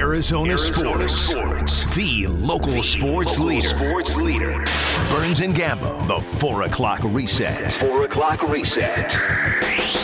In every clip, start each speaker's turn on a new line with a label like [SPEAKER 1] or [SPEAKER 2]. [SPEAKER 1] Arizona,
[SPEAKER 2] Arizona
[SPEAKER 1] sports.
[SPEAKER 2] sports.
[SPEAKER 1] The local sports
[SPEAKER 2] Local
[SPEAKER 1] leader.
[SPEAKER 2] Sports leader.
[SPEAKER 1] Burns and Gambo. The four o'clock reset.
[SPEAKER 2] Four o'clock reset.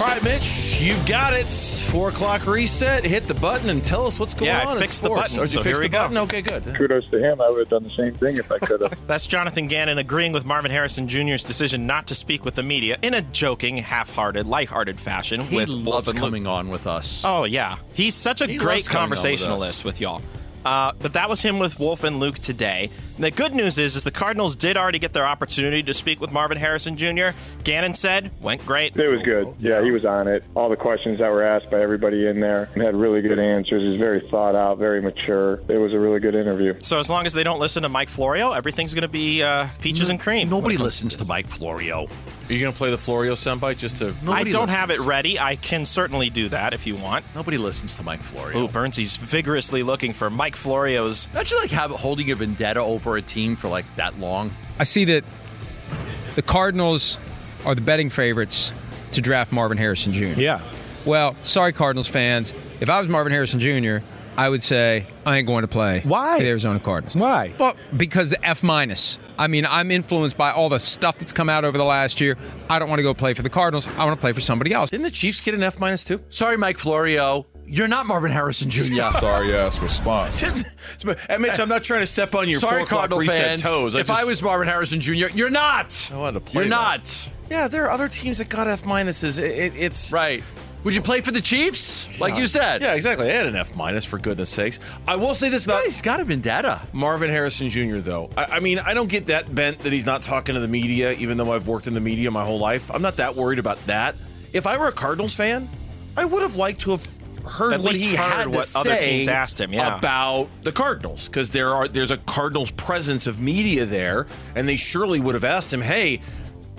[SPEAKER 3] All right, Mitch, you've got it. Four o'clock reset. Hit the button and tell us what's going
[SPEAKER 4] Yeah, I
[SPEAKER 3] on. in
[SPEAKER 4] fixed the
[SPEAKER 3] sports.
[SPEAKER 4] button,
[SPEAKER 3] Oh, did you
[SPEAKER 4] so
[SPEAKER 3] fix
[SPEAKER 4] here we
[SPEAKER 3] the
[SPEAKER 4] go.
[SPEAKER 3] button? Okay, good.
[SPEAKER 5] kudos to him. I would have done the same thing if I could have.
[SPEAKER 4] That's Jonathan Gannon agreeing with Marvin Harrison Jr.'s decision not to speak with the media in a joking, half-hearted, light-hearted fashion.
[SPEAKER 6] He
[SPEAKER 4] with
[SPEAKER 6] loves
[SPEAKER 4] Wolf and Luke.
[SPEAKER 6] coming on with us.
[SPEAKER 4] Oh yeah, he's such a
[SPEAKER 6] He
[SPEAKER 4] great
[SPEAKER 6] loves coming on with
[SPEAKER 4] conversationalist
[SPEAKER 6] us.
[SPEAKER 4] with, y'all. Uh, but that was him with Wolf and Luke today. And the good news is, is the Cardinals did already get their opportunity to speak with Marvin Harrison Jr. Gannon said went great.
[SPEAKER 5] It was good. Yeah, he was on it. All the questions that were asked by everybody in there had really good answers. He's very thought out, very mature. It was a really good interview.
[SPEAKER 4] So as long as they don't listen to Mike Florio, everything's going to be uh, peaches and cream.
[SPEAKER 6] Mm. Nobody listens to Mike Florio.
[SPEAKER 3] Are you going to play the Florio soundbite just to?
[SPEAKER 4] I
[SPEAKER 6] Nobody
[SPEAKER 4] don't
[SPEAKER 6] listens.
[SPEAKER 4] have it ready. I can certainly do that if you want.
[SPEAKER 6] Nobody listens to Mike Florio.
[SPEAKER 4] Ooh, Burnsy's vigorously looking for Mike Florio's.
[SPEAKER 6] Imagine like have, holding a vendetta over a team for like that long.
[SPEAKER 7] I see that the Cardinals are the betting favorites to draft Marvin Harrison Jr.
[SPEAKER 8] Yeah.
[SPEAKER 7] Well, sorry, Cardinals fans. If I was Marvin Harrison Jr., I would say I ain't going to play.
[SPEAKER 8] Why?
[SPEAKER 7] for The Arizona Cardinals.
[SPEAKER 8] Why?
[SPEAKER 7] Well, because the F minus. I mean, I'm influenced by all the stuff that's come out over the last year. I don't want to go play for the Cardinals. I want to play for somebody else.
[SPEAKER 3] Didn't the Chiefs get an F minus two?
[SPEAKER 6] Sorry, Mike Florio. You're not Marvin Harrison Jr.
[SPEAKER 9] Sorry ass response.
[SPEAKER 3] And Mitch, I'm not trying to step on your
[SPEAKER 6] Sorry,
[SPEAKER 3] four o'clock
[SPEAKER 6] Cardinal
[SPEAKER 3] reset
[SPEAKER 6] fans.
[SPEAKER 3] toes.
[SPEAKER 6] if
[SPEAKER 3] just-
[SPEAKER 6] I was Marvin Harrison Jr., you're not.
[SPEAKER 3] I wanted to play
[SPEAKER 6] You're
[SPEAKER 3] that.
[SPEAKER 6] not.
[SPEAKER 3] yeah, there are other teams that got F minuses. It, it, it's
[SPEAKER 6] Right. Would you play for the Chiefs? Like you said.
[SPEAKER 3] Yeah, exactly. They had an F minus for goodness sakes. I will say this
[SPEAKER 6] But
[SPEAKER 3] about
[SPEAKER 6] he's got a vendetta.
[SPEAKER 3] Marvin Harrison Jr. Though I, I mean, I don't get that bent that he's not talking to the media, even though I've worked in the media my whole life. I'm not that worried about that. If I were a Cardinals fan, I would have liked to have heard
[SPEAKER 4] At
[SPEAKER 3] what
[SPEAKER 4] least
[SPEAKER 3] he
[SPEAKER 4] heard
[SPEAKER 3] had
[SPEAKER 4] what
[SPEAKER 3] to
[SPEAKER 4] other
[SPEAKER 3] say
[SPEAKER 4] teams asked him, yeah.
[SPEAKER 3] about the Cardinals because there are there's a Cardinals presence of media there, and they surely would have asked him, hey.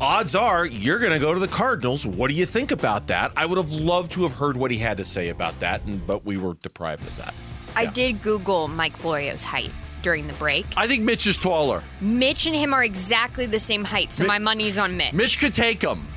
[SPEAKER 3] Odds are you're going to go to the Cardinals. What do you think about that? I would have loved to have heard what he had to say about that, and, but we were deprived of that.
[SPEAKER 10] I did Google Mike Florio's height during the break.
[SPEAKER 6] I think Mitch is taller.
[SPEAKER 10] Mitch and him are exactly the same height, so
[SPEAKER 6] Mi-
[SPEAKER 10] my money's on Mitch.
[SPEAKER 6] Mitch could take him.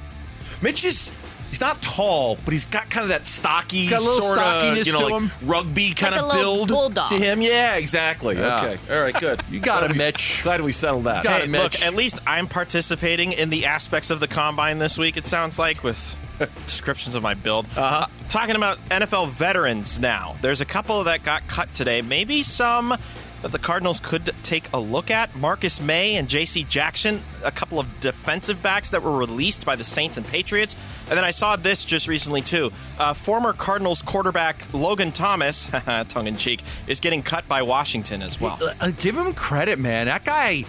[SPEAKER 3] Mitch is he's not tall, but he's got kind of that stocky
[SPEAKER 6] Got a little
[SPEAKER 3] sort of
[SPEAKER 6] stockiness
[SPEAKER 3] you know,
[SPEAKER 6] to
[SPEAKER 3] like
[SPEAKER 6] him.
[SPEAKER 3] rugby kind
[SPEAKER 10] a
[SPEAKER 3] of
[SPEAKER 10] little
[SPEAKER 3] build
[SPEAKER 10] bulldog.
[SPEAKER 3] to him. Yeah, exactly.
[SPEAKER 6] Yeah.
[SPEAKER 3] Okay, all right, good.
[SPEAKER 6] You got
[SPEAKER 3] Glad
[SPEAKER 6] him,
[SPEAKER 3] we-
[SPEAKER 6] Mitch.
[SPEAKER 3] Glad we settled that.
[SPEAKER 6] Got
[SPEAKER 4] Hey,
[SPEAKER 6] him,
[SPEAKER 4] look,
[SPEAKER 6] Mitch.
[SPEAKER 4] at least I'm participating in the aspects of the combine this week, it sounds like, with descriptions of my build. Uh, talking about NFL veterans now, there's a couple that got cut today. Maybe some that the Cardinals could take a look at. Marcus May and J.C. Jackson, a couple of defensive backs that were released by the Saints and Patriots. And then I saw this just recently, too. Uh, former Cardinals quarterback Logan Thomas, tongue in cheek, is getting cut by Washington as well.
[SPEAKER 6] Uh, uh, give him credit, man. That guy,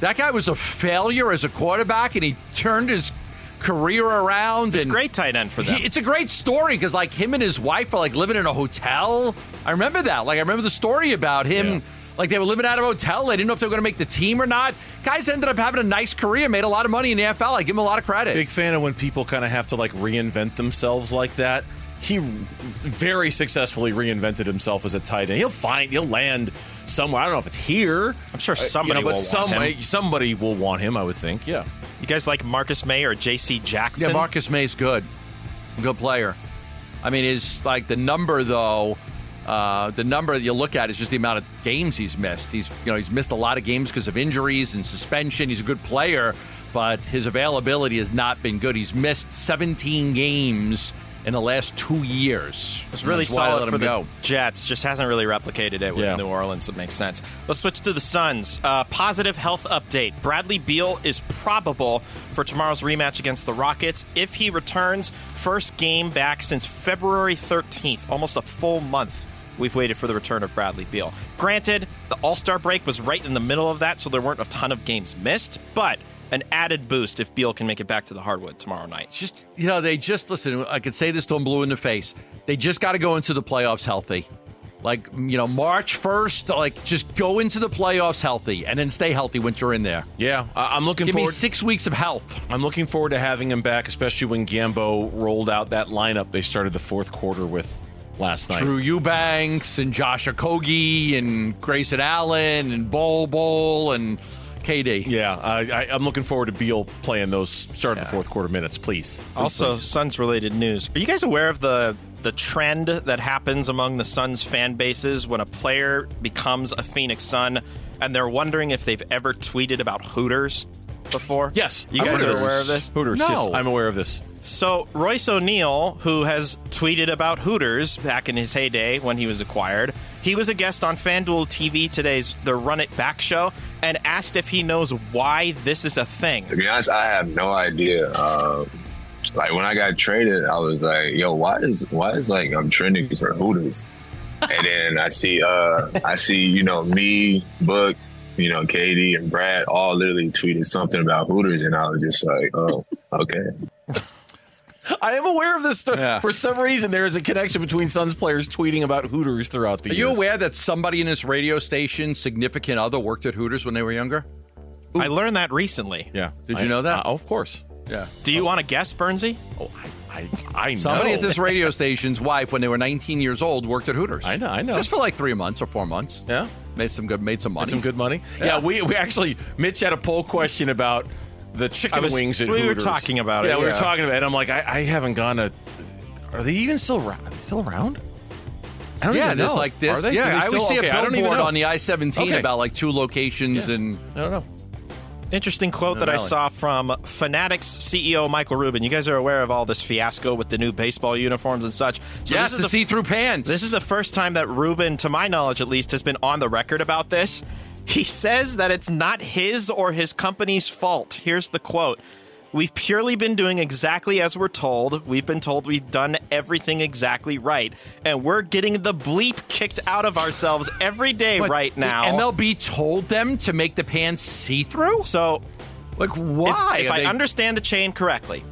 [SPEAKER 6] that guy was a failure as a quarterback, and he turned his career around.
[SPEAKER 4] It's
[SPEAKER 6] and
[SPEAKER 4] great tight end for them.
[SPEAKER 6] He, it's a great story because like him and his wife are like living in a hotel. I remember that. Like I remember the story about him. Like they were living out of a hotel. They didn't know if they were going to make the team or not. Guys ended up having a nice career, made a lot of money in the NFL. I give him a lot of credit.
[SPEAKER 3] Big fan of when people kind of have to like reinvent themselves like that. He very successfully reinvented himself as a tight end. He'll find, he'll land somewhere. I don't know if it's here.
[SPEAKER 4] I'm sure
[SPEAKER 3] uh, you
[SPEAKER 4] somebody
[SPEAKER 3] know, but
[SPEAKER 4] will want
[SPEAKER 3] some-
[SPEAKER 4] him.
[SPEAKER 3] somebody will want him. I would think. Yeah.
[SPEAKER 4] You guys like Marcus May or J.C. Jackson?
[SPEAKER 6] Yeah, Marcus May's good. Good player. I mean, his like the number though. Uh, the number that you look at is just the amount of games he's missed. He's you know he's missed a lot of games because of injuries and suspension. He's a good player, but his availability has not been good. He's missed 17 games in the last two years.
[SPEAKER 4] It's really
[SPEAKER 6] That's why I
[SPEAKER 4] solid
[SPEAKER 6] let him
[SPEAKER 4] for the
[SPEAKER 6] go.
[SPEAKER 4] Jets. Just hasn't really replicated it with
[SPEAKER 3] Yeah.
[SPEAKER 4] New Orleans. It makes sense. Let's switch to the Suns. Uh, positive health update. Bradley Beal is probable for tomorrow's rematch against the Rockets if he returns. First game back since February 13th, almost a full month. We've waited for the return of Bradley Beal. Granted, the All Star break was right in the middle of that, so there weren't a ton of games missed, but an added boost if Beal can make it back to the hardwood tomorrow night.
[SPEAKER 6] It's just you know they just listen i could say this to them blue in the face they just got to go into the playoffs healthy like you know march 1st like just go into the playoffs healthy and then stay healthy once you're in there
[SPEAKER 3] Yeah. I- I'm looking
[SPEAKER 6] give me
[SPEAKER 3] forward.
[SPEAKER 6] six weeks of health
[SPEAKER 3] I'm looking forward to having him back, especially when Gambo rolled out that lineup they started the fourth quarter with last night.
[SPEAKER 6] drew eubanks and josh okogie and grayson allen and bol bol and kd
[SPEAKER 3] Yeah, I, I, I'm looking forward to Beal playing those start of the fourth quarter minutes, please.
[SPEAKER 4] Also,
[SPEAKER 3] Please.
[SPEAKER 4] Suns related news. Are you guys aware of the the trend that happens among the Suns fan bases when a player becomes a Phoenix Sun, and they're wondering if they've ever tweeted about Hooters before.
[SPEAKER 3] Yes,
[SPEAKER 4] you
[SPEAKER 3] I've
[SPEAKER 4] guys
[SPEAKER 3] heard
[SPEAKER 4] are
[SPEAKER 3] of
[SPEAKER 4] aware of this.
[SPEAKER 3] Hooters.
[SPEAKER 6] No.
[SPEAKER 3] Yes, I'm aware of this.
[SPEAKER 4] So Royce O'Neal, who has tweeted about Hooters back in his heyday when he was acquired, he was a guest on FanDuel TV today's The Run It Back show and asked if he knows why this is a thing.
[SPEAKER 8] To be honest, I have no idea. Um, like when I got traded, I was like, "Yo, why is why is like I'm trending for Hooters?" and then I see, uh, I see, you know, me, Book, you know, Katie and Brad all literally tweeted something about Hooters, and I was just like, "Oh, okay."
[SPEAKER 3] I am aware of this story.
[SPEAKER 6] Yeah.
[SPEAKER 3] For some reason, there is a connection between Suns players tweeting about Hooters throughout the
[SPEAKER 6] Are
[SPEAKER 3] year.
[SPEAKER 6] you aware that somebody in this radio station, significant other, worked at Hooters when they were younger?
[SPEAKER 4] I learned that recently.
[SPEAKER 3] Yeah.
[SPEAKER 6] Did you know that?
[SPEAKER 3] Uh, of course.
[SPEAKER 6] Yeah.
[SPEAKER 4] Do you want to guess, Bernsey?
[SPEAKER 3] Oh, I, I, I know.
[SPEAKER 6] Somebody at this radio station's wife, when they were 19 years old, worked at Hooters.
[SPEAKER 3] I know, I know.
[SPEAKER 6] Just for like three months or four months.
[SPEAKER 3] Yeah.
[SPEAKER 6] Made some good. Made some money.
[SPEAKER 3] Made some good money. Yeah. we we actually Mitch had a poll question about the chicken
[SPEAKER 4] I was-
[SPEAKER 3] wings at
[SPEAKER 4] we were
[SPEAKER 3] Hooters.
[SPEAKER 4] talking about it,
[SPEAKER 3] Yeah, we were
[SPEAKER 4] yeah.
[SPEAKER 3] talking about it. I'm like, I, I haven't gone to. Are they even still around? Are they still around? I don't
[SPEAKER 6] Yeah,
[SPEAKER 3] even know.
[SPEAKER 6] there's like
[SPEAKER 3] Are
[SPEAKER 6] this.
[SPEAKER 3] they? Do
[SPEAKER 6] Yeah,
[SPEAKER 3] they
[SPEAKER 6] I
[SPEAKER 3] still-
[SPEAKER 6] always see
[SPEAKER 3] okay,
[SPEAKER 6] a
[SPEAKER 3] I don't even
[SPEAKER 6] billboard
[SPEAKER 3] know.
[SPEAKER 6] on the I-17
[SPEAKER 3] Okay.
[SPEAKER 6] about like two locations
[SPEAKER 3] Yeah.
[SPEAKER 6] and
[SPEAKER 3] I don't know.
[SPEAKER 4] Interesting quote that I
[SPEAKER 6] Valley.
[SPEAKER 4] saw from Fanatics CEO Michael Rubin. You guys are aware of all this fiasco with the new baseball uniforms and such. So
[SPEAKER 6] yes,
[SPEAKER 4] this
[SPEAKER 6] the,
[SPEAKER 4] is the
[SPEAKER 6] see-through pants.
[SPEAKER 4] This is the first time that Ruben, to my knowledge at least, has been on the record about this. He says that it's not his or his company's fault. Here's the quote We've purely been doing exactly as we're told. We've been told we've done everything exactly right. And we're getting the bleep kicked out of ourselves every day
[SPEAKER 6] What,
[SPEAKER 4] right
[SPEAKER 6] the
[SPEAKER 4] now.
[SPEAKER 6] MLB told them to make the pants see-through.
[SPEAKER 4] so,
[SPEAKER 6] Like
[SPEAKER 4] if,
[SPEAKER 6] why?
[SPEAKER 4] if
[SPEAKER 6] Are
[SPEAKER 4] I
[SPEAKER 6] they-
[SPEAKER 4] understand the chain correctly,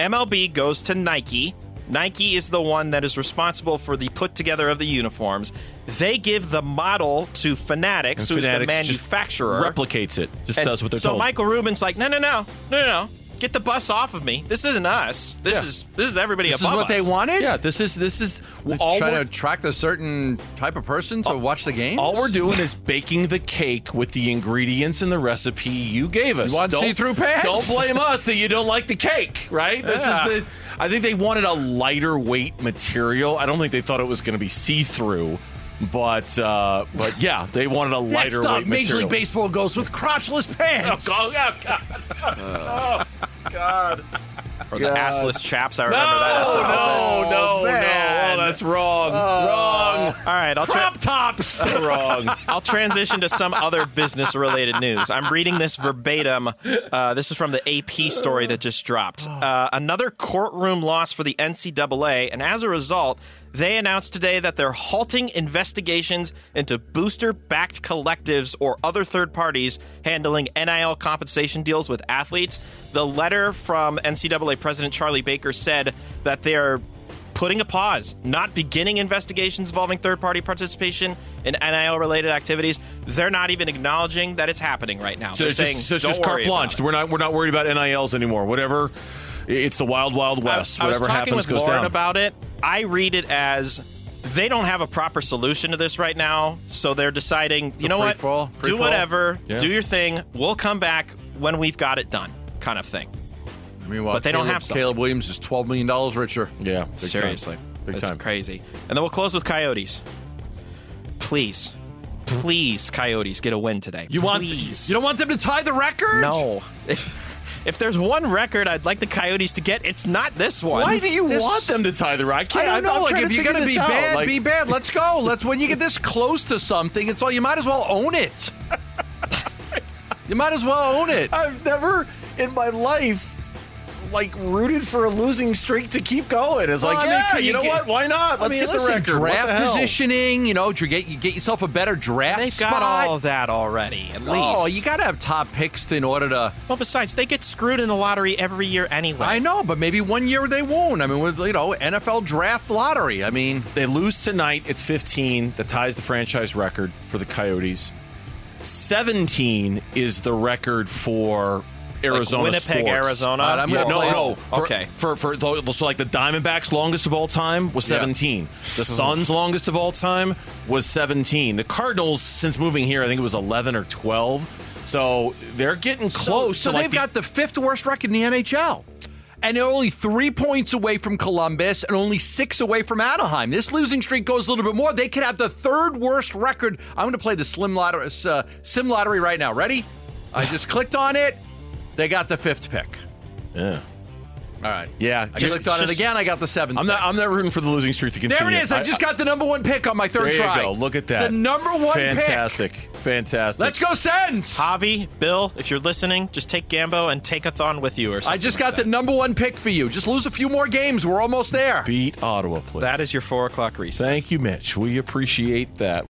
[SPEAKER 4] MLB goes to Nike. Nike is the one that is responsible for the put together of the uniforms. They give the model to Fanatics, who's the
[SPEAKER 3] Fanatics just
[SPEAKER 4] manufacturer.
[SPEAKER 3] Replicates it. Just
[SPEAKER 4] And
[SPEAKER 3] does what they're
[SPEAKER 4] so
[SPEAKER 3] told.
[SPEAKER 4] Michael Rubin's like, no, no, no, no, no, no. Get the bus off of me. This isn't us. This
[SPEAKER 3] Yeah.
[SPEAKER 4] is this is everybody
[SPEAKER 6] this is
[SPEAKER 4] above
[SPEAKER 6] what they
[SPEAKER 4] us."
[SPEAKER 6] wanted.
[SPEAKER 3] Yeah, this is this is all
[SPEAKER 6] trying to
[SPEAKER 3] we're,
[SPEAKER 6] attract a certain type of person to watch the game.
[SPEAKER 3] all we're doing is baking the cake with the ingredients and the recipe you gave us.
[SPEAKER 6] You want
[SPEAKER 3] Don't-
[SPEAKER 6] see-through pants?
[SPEAKER 3] Don't blame us that you don't like the cake, right? This
[SPEAKER 6] Yeah.
[SPEAKER 3] is the. I think they wanted a lighter weight material. I don't think they thought it was going to be see-through, but uh, but yeah, they wanted a
[SPEAKER 6] Next
[SPEAKER 3] lighter
[SPEAKER 6] up,
[SPEAKER 3] weight
[SPEAKER 6] Major
[SPEAKER 3] material.
[SPEAKER 6] League Baseball goes with crotchless pants.
[SPEAKER 3] Oh, oh, God.
[SPEAKER 6] Oh,
[SPEAKER 4] Or the assless chaps. I
[SPEAKER 3] No,
[SPEAKER 4] remember that. That's not-
[SPEAKER 3] no, no, no. Oh, that's
[SPEAKER 6] Uh,
[SPEAKER 3] wrong. wrong.
[SPEAKER 4] All right, I'll try.
[SPEAKER 3] Crop tops. wrong.
[SPEAKER 4] I'll transition to some other business related news. I'm reading this verbatim. Uh, this is from the AP story that just dropped.
[SPEAKER 3] Oh.
[SPEAKER 4] Uh, another courtroom loss for the NCAA, and as a result, they announced today that they're halting investigations into booster backed collectives or other third parties handling NIL compensation deals with athletes. The letter from NCAA President Charlie Baker said that they're putting a pause, not beginning investigations involving third party participation in NIL related activities. They're not even acknowledging that it's happening right now.
[SPEAKER 3] So
[SPEAKER 4] They're
[SPEAKER 3] it's
[SPEAKER 4] saying,
[SPEAKER 3] just, so it's
[SPEAKER 4] "Don't
[SPEAKER 3] just
[SPEAKER 4] worry
[SPEAKER 3] carte
[SPEAKER 4] about
[SPEAKER 3] blanche.
[SPEAKER 4] it."
[SPEAKER 3] We're not we're not worried about NILs anymore. Whatever, it's the wild wild
[SPEAKER 4] I-
[SPEAKER 3] west.
[SPEAKER 4] I, was
[SPEAKER 3] Whatever
[SPEAKER 4] talking
[SPEAKER 3] happens
[SPEAKER 4] with
[SPEAKER 3] goes
[SPEAKER 4] Lauren
[SPEAKER 3] down.
[SPEAKER 4] about it. I read it as they don't have a proper solution to this right now, so they're deciding, you know
[SPEAKER 6] free
[SPEAKER 4] what,
[SPEAKER 6] fall, free
[SPEAKER 4] do
[SPEAKER 6] fall.
[SPEAKER 4] whatever, do your thing. We'll come back when we've got it done, kind of thing.
[SPEAKER 6] Meanwhile,
[SPEAKER 4] But they don't
[SPEAKER 6] Caleb-
[SPEAKER 4] have some.
[SPEAKER 6] Caleb Williams is twelve million dollars richer.
[SPEAKER 3] yeah, big time.
[SPEAKER 4] Seriously.
[SPEAKER 3] big
[SPEAKER 4] It's
[SPEAKER 3] time.
[SPEAKER 4] crazy. And then we'll close with Coyotes. Please. Please, Coyotes, get a win today.
[SPEAKER 6] You want?
[SPEAKER 4] Please.
[SPEAKER 6] You don't want them to tie the record?
[SPEAKER 4] no. If if there's one record I'd like the Coyotes to get, it's not this one.
[SPEAKER 3] Why do you
[SPEAKER 6] This-
[SPEAKER 3] want them to tie the rock? I
[SPEAKER 6] I
[SPEAKER 3] can't.
[SPEAKER 6] don't
[SPEAKER 3] I'm-
[SPEAKER 6] know.
[SPEAKER 3] I'm
[SPEAKER 6] like,
[SPEAKER 3] trying
[SPEAKER 6] if
[SPEAKER 3] to
[SPEAKER 6] you're
[SPEAKER 3] figure
[SPEAKER 6] gonna
[SPEAKER 3] this
[SPEAKER 6] be
[SPEAKER 3] out.
[SPEAKER 6] bad,
[SPEAKER 3] Like,
[SPEAKER 6] be bad. Let's go. Let's. When you get this close to something, it's all. You might as well own it. you might as well own it.
[SPEAKER 3] I've never in my life like rooted for a losing streak to keep going. It's
[SPEAKER 6] Well,
[SPEAKER 3] like,
[SPEAKER 6] I mean,
[SPEAKER 3] yeah,
[SPEAKER 6] can
[SPEAKER 3] you
[SPEAKER 6] you
[SPEAKER 3] know
[SPEAKER 6] get-
[SPEAKER 3] what? Why not?
[SPEAKER 6] I
[SPEAKER 3] Let's
[SPEAKER 6] mean,
[SPEAKER 3] get
[SPEAKER 6] listen,
[SPEAKER 3] the record. What
[SPEAKER 6] Draft
[SPEAKER 3] the hell?
[SPEAKER 6] positioning. You know, to get you get yourself a better draft
[SPEAKER 4] They've
[SPEAKER 6] spot.
[SPEAKER 4] got all that already, at least.
[SPEAKER 6] Oh, you got to have top picks to- in order to.
[SPEAKER 4] well, besides, they get screwed in the lottery every year anyway.
[SPEAKER 6] I know, but maybe one year they won't. I mean, with you know, NFL draft lottery. I mean,
[SPEAKER 3] They lose tonight. It's 15 that ties the franchise record for the Coyotes. 17 is the record for Arizona
[SPEAKER 4] Winnipeg,
[SPEAKER 3] sports.
[SPEAKER 4] Arizona?
[SPEAKER 6] All right, I'm
[SPEAKER 3] yeah,
[SPEAKER 6] gonna
[SPEAKER 3] no,
[SPEAKER 6] play-
[SPEAKER 3] no. For,
[SPEAKER 4] Okay.
[SPEAKER 3] For, for, the- so, like, the Diamondbacks' longest of all time was
[SPEAKER 6] Yeah.
[SPEAKER 3] 17. The Suns' longest of all time was 17. The Cardinals, since moving here, I think it was 11 or 12. So, they're getting close
[SPEAKER 6] So,
[SPEAKER 3] to like
[SPEAKER 6] they've got the fifth worst record in the NHL. and they're only three points away from Columbus and only six away from Anaheim. This losing streak goes a little bit more. They could have the third worst record. I'm going to play the slim lottery, uh, sim lottery right now. Ready? I just clicked on it. They got the fifth pick.
[SPEAKER 3] Yeah.
[SPEAKER 6] All right.
[SPEAKER 3] Yeah.
[SPEAKER 6] I clicked on it again. I got the seventh.
[SPEAKER 3] I'm
[SPEAKER 6] pick.
[SPEAKER 3] not. I'm not rooting for the losing streak to continue.
[SPEAKER 6] There it is. I, just got the number one pick on my third
[SPEAKER 3] There you
[SPEAKER 6] try.
[SPEAKER 3] go. Look at that.
[SPEAKER 6] The number one pick.
[SPEAKER 3] Fantastic. Fantastic.
[SPEAKER 6] Let's go, Sens.
[SPEAKER 4] Javi, Bill, if you're listening, just take Gambo and take a thon with you or something.
[SPEAKER 6] I just
[SPEAKER 4] like
[SPEAKER 6] got
[SPEAKER 4] that.
[SPEAKER 6] the number one pick for you. Just lose a few more games. We're almost there.
[SPEAKER 3] beat Ottawa, please.
[SPEAKER 4] That is your four o'clock reset.
[SPEAKER 3] Thank you, Mitch. We appreciate that.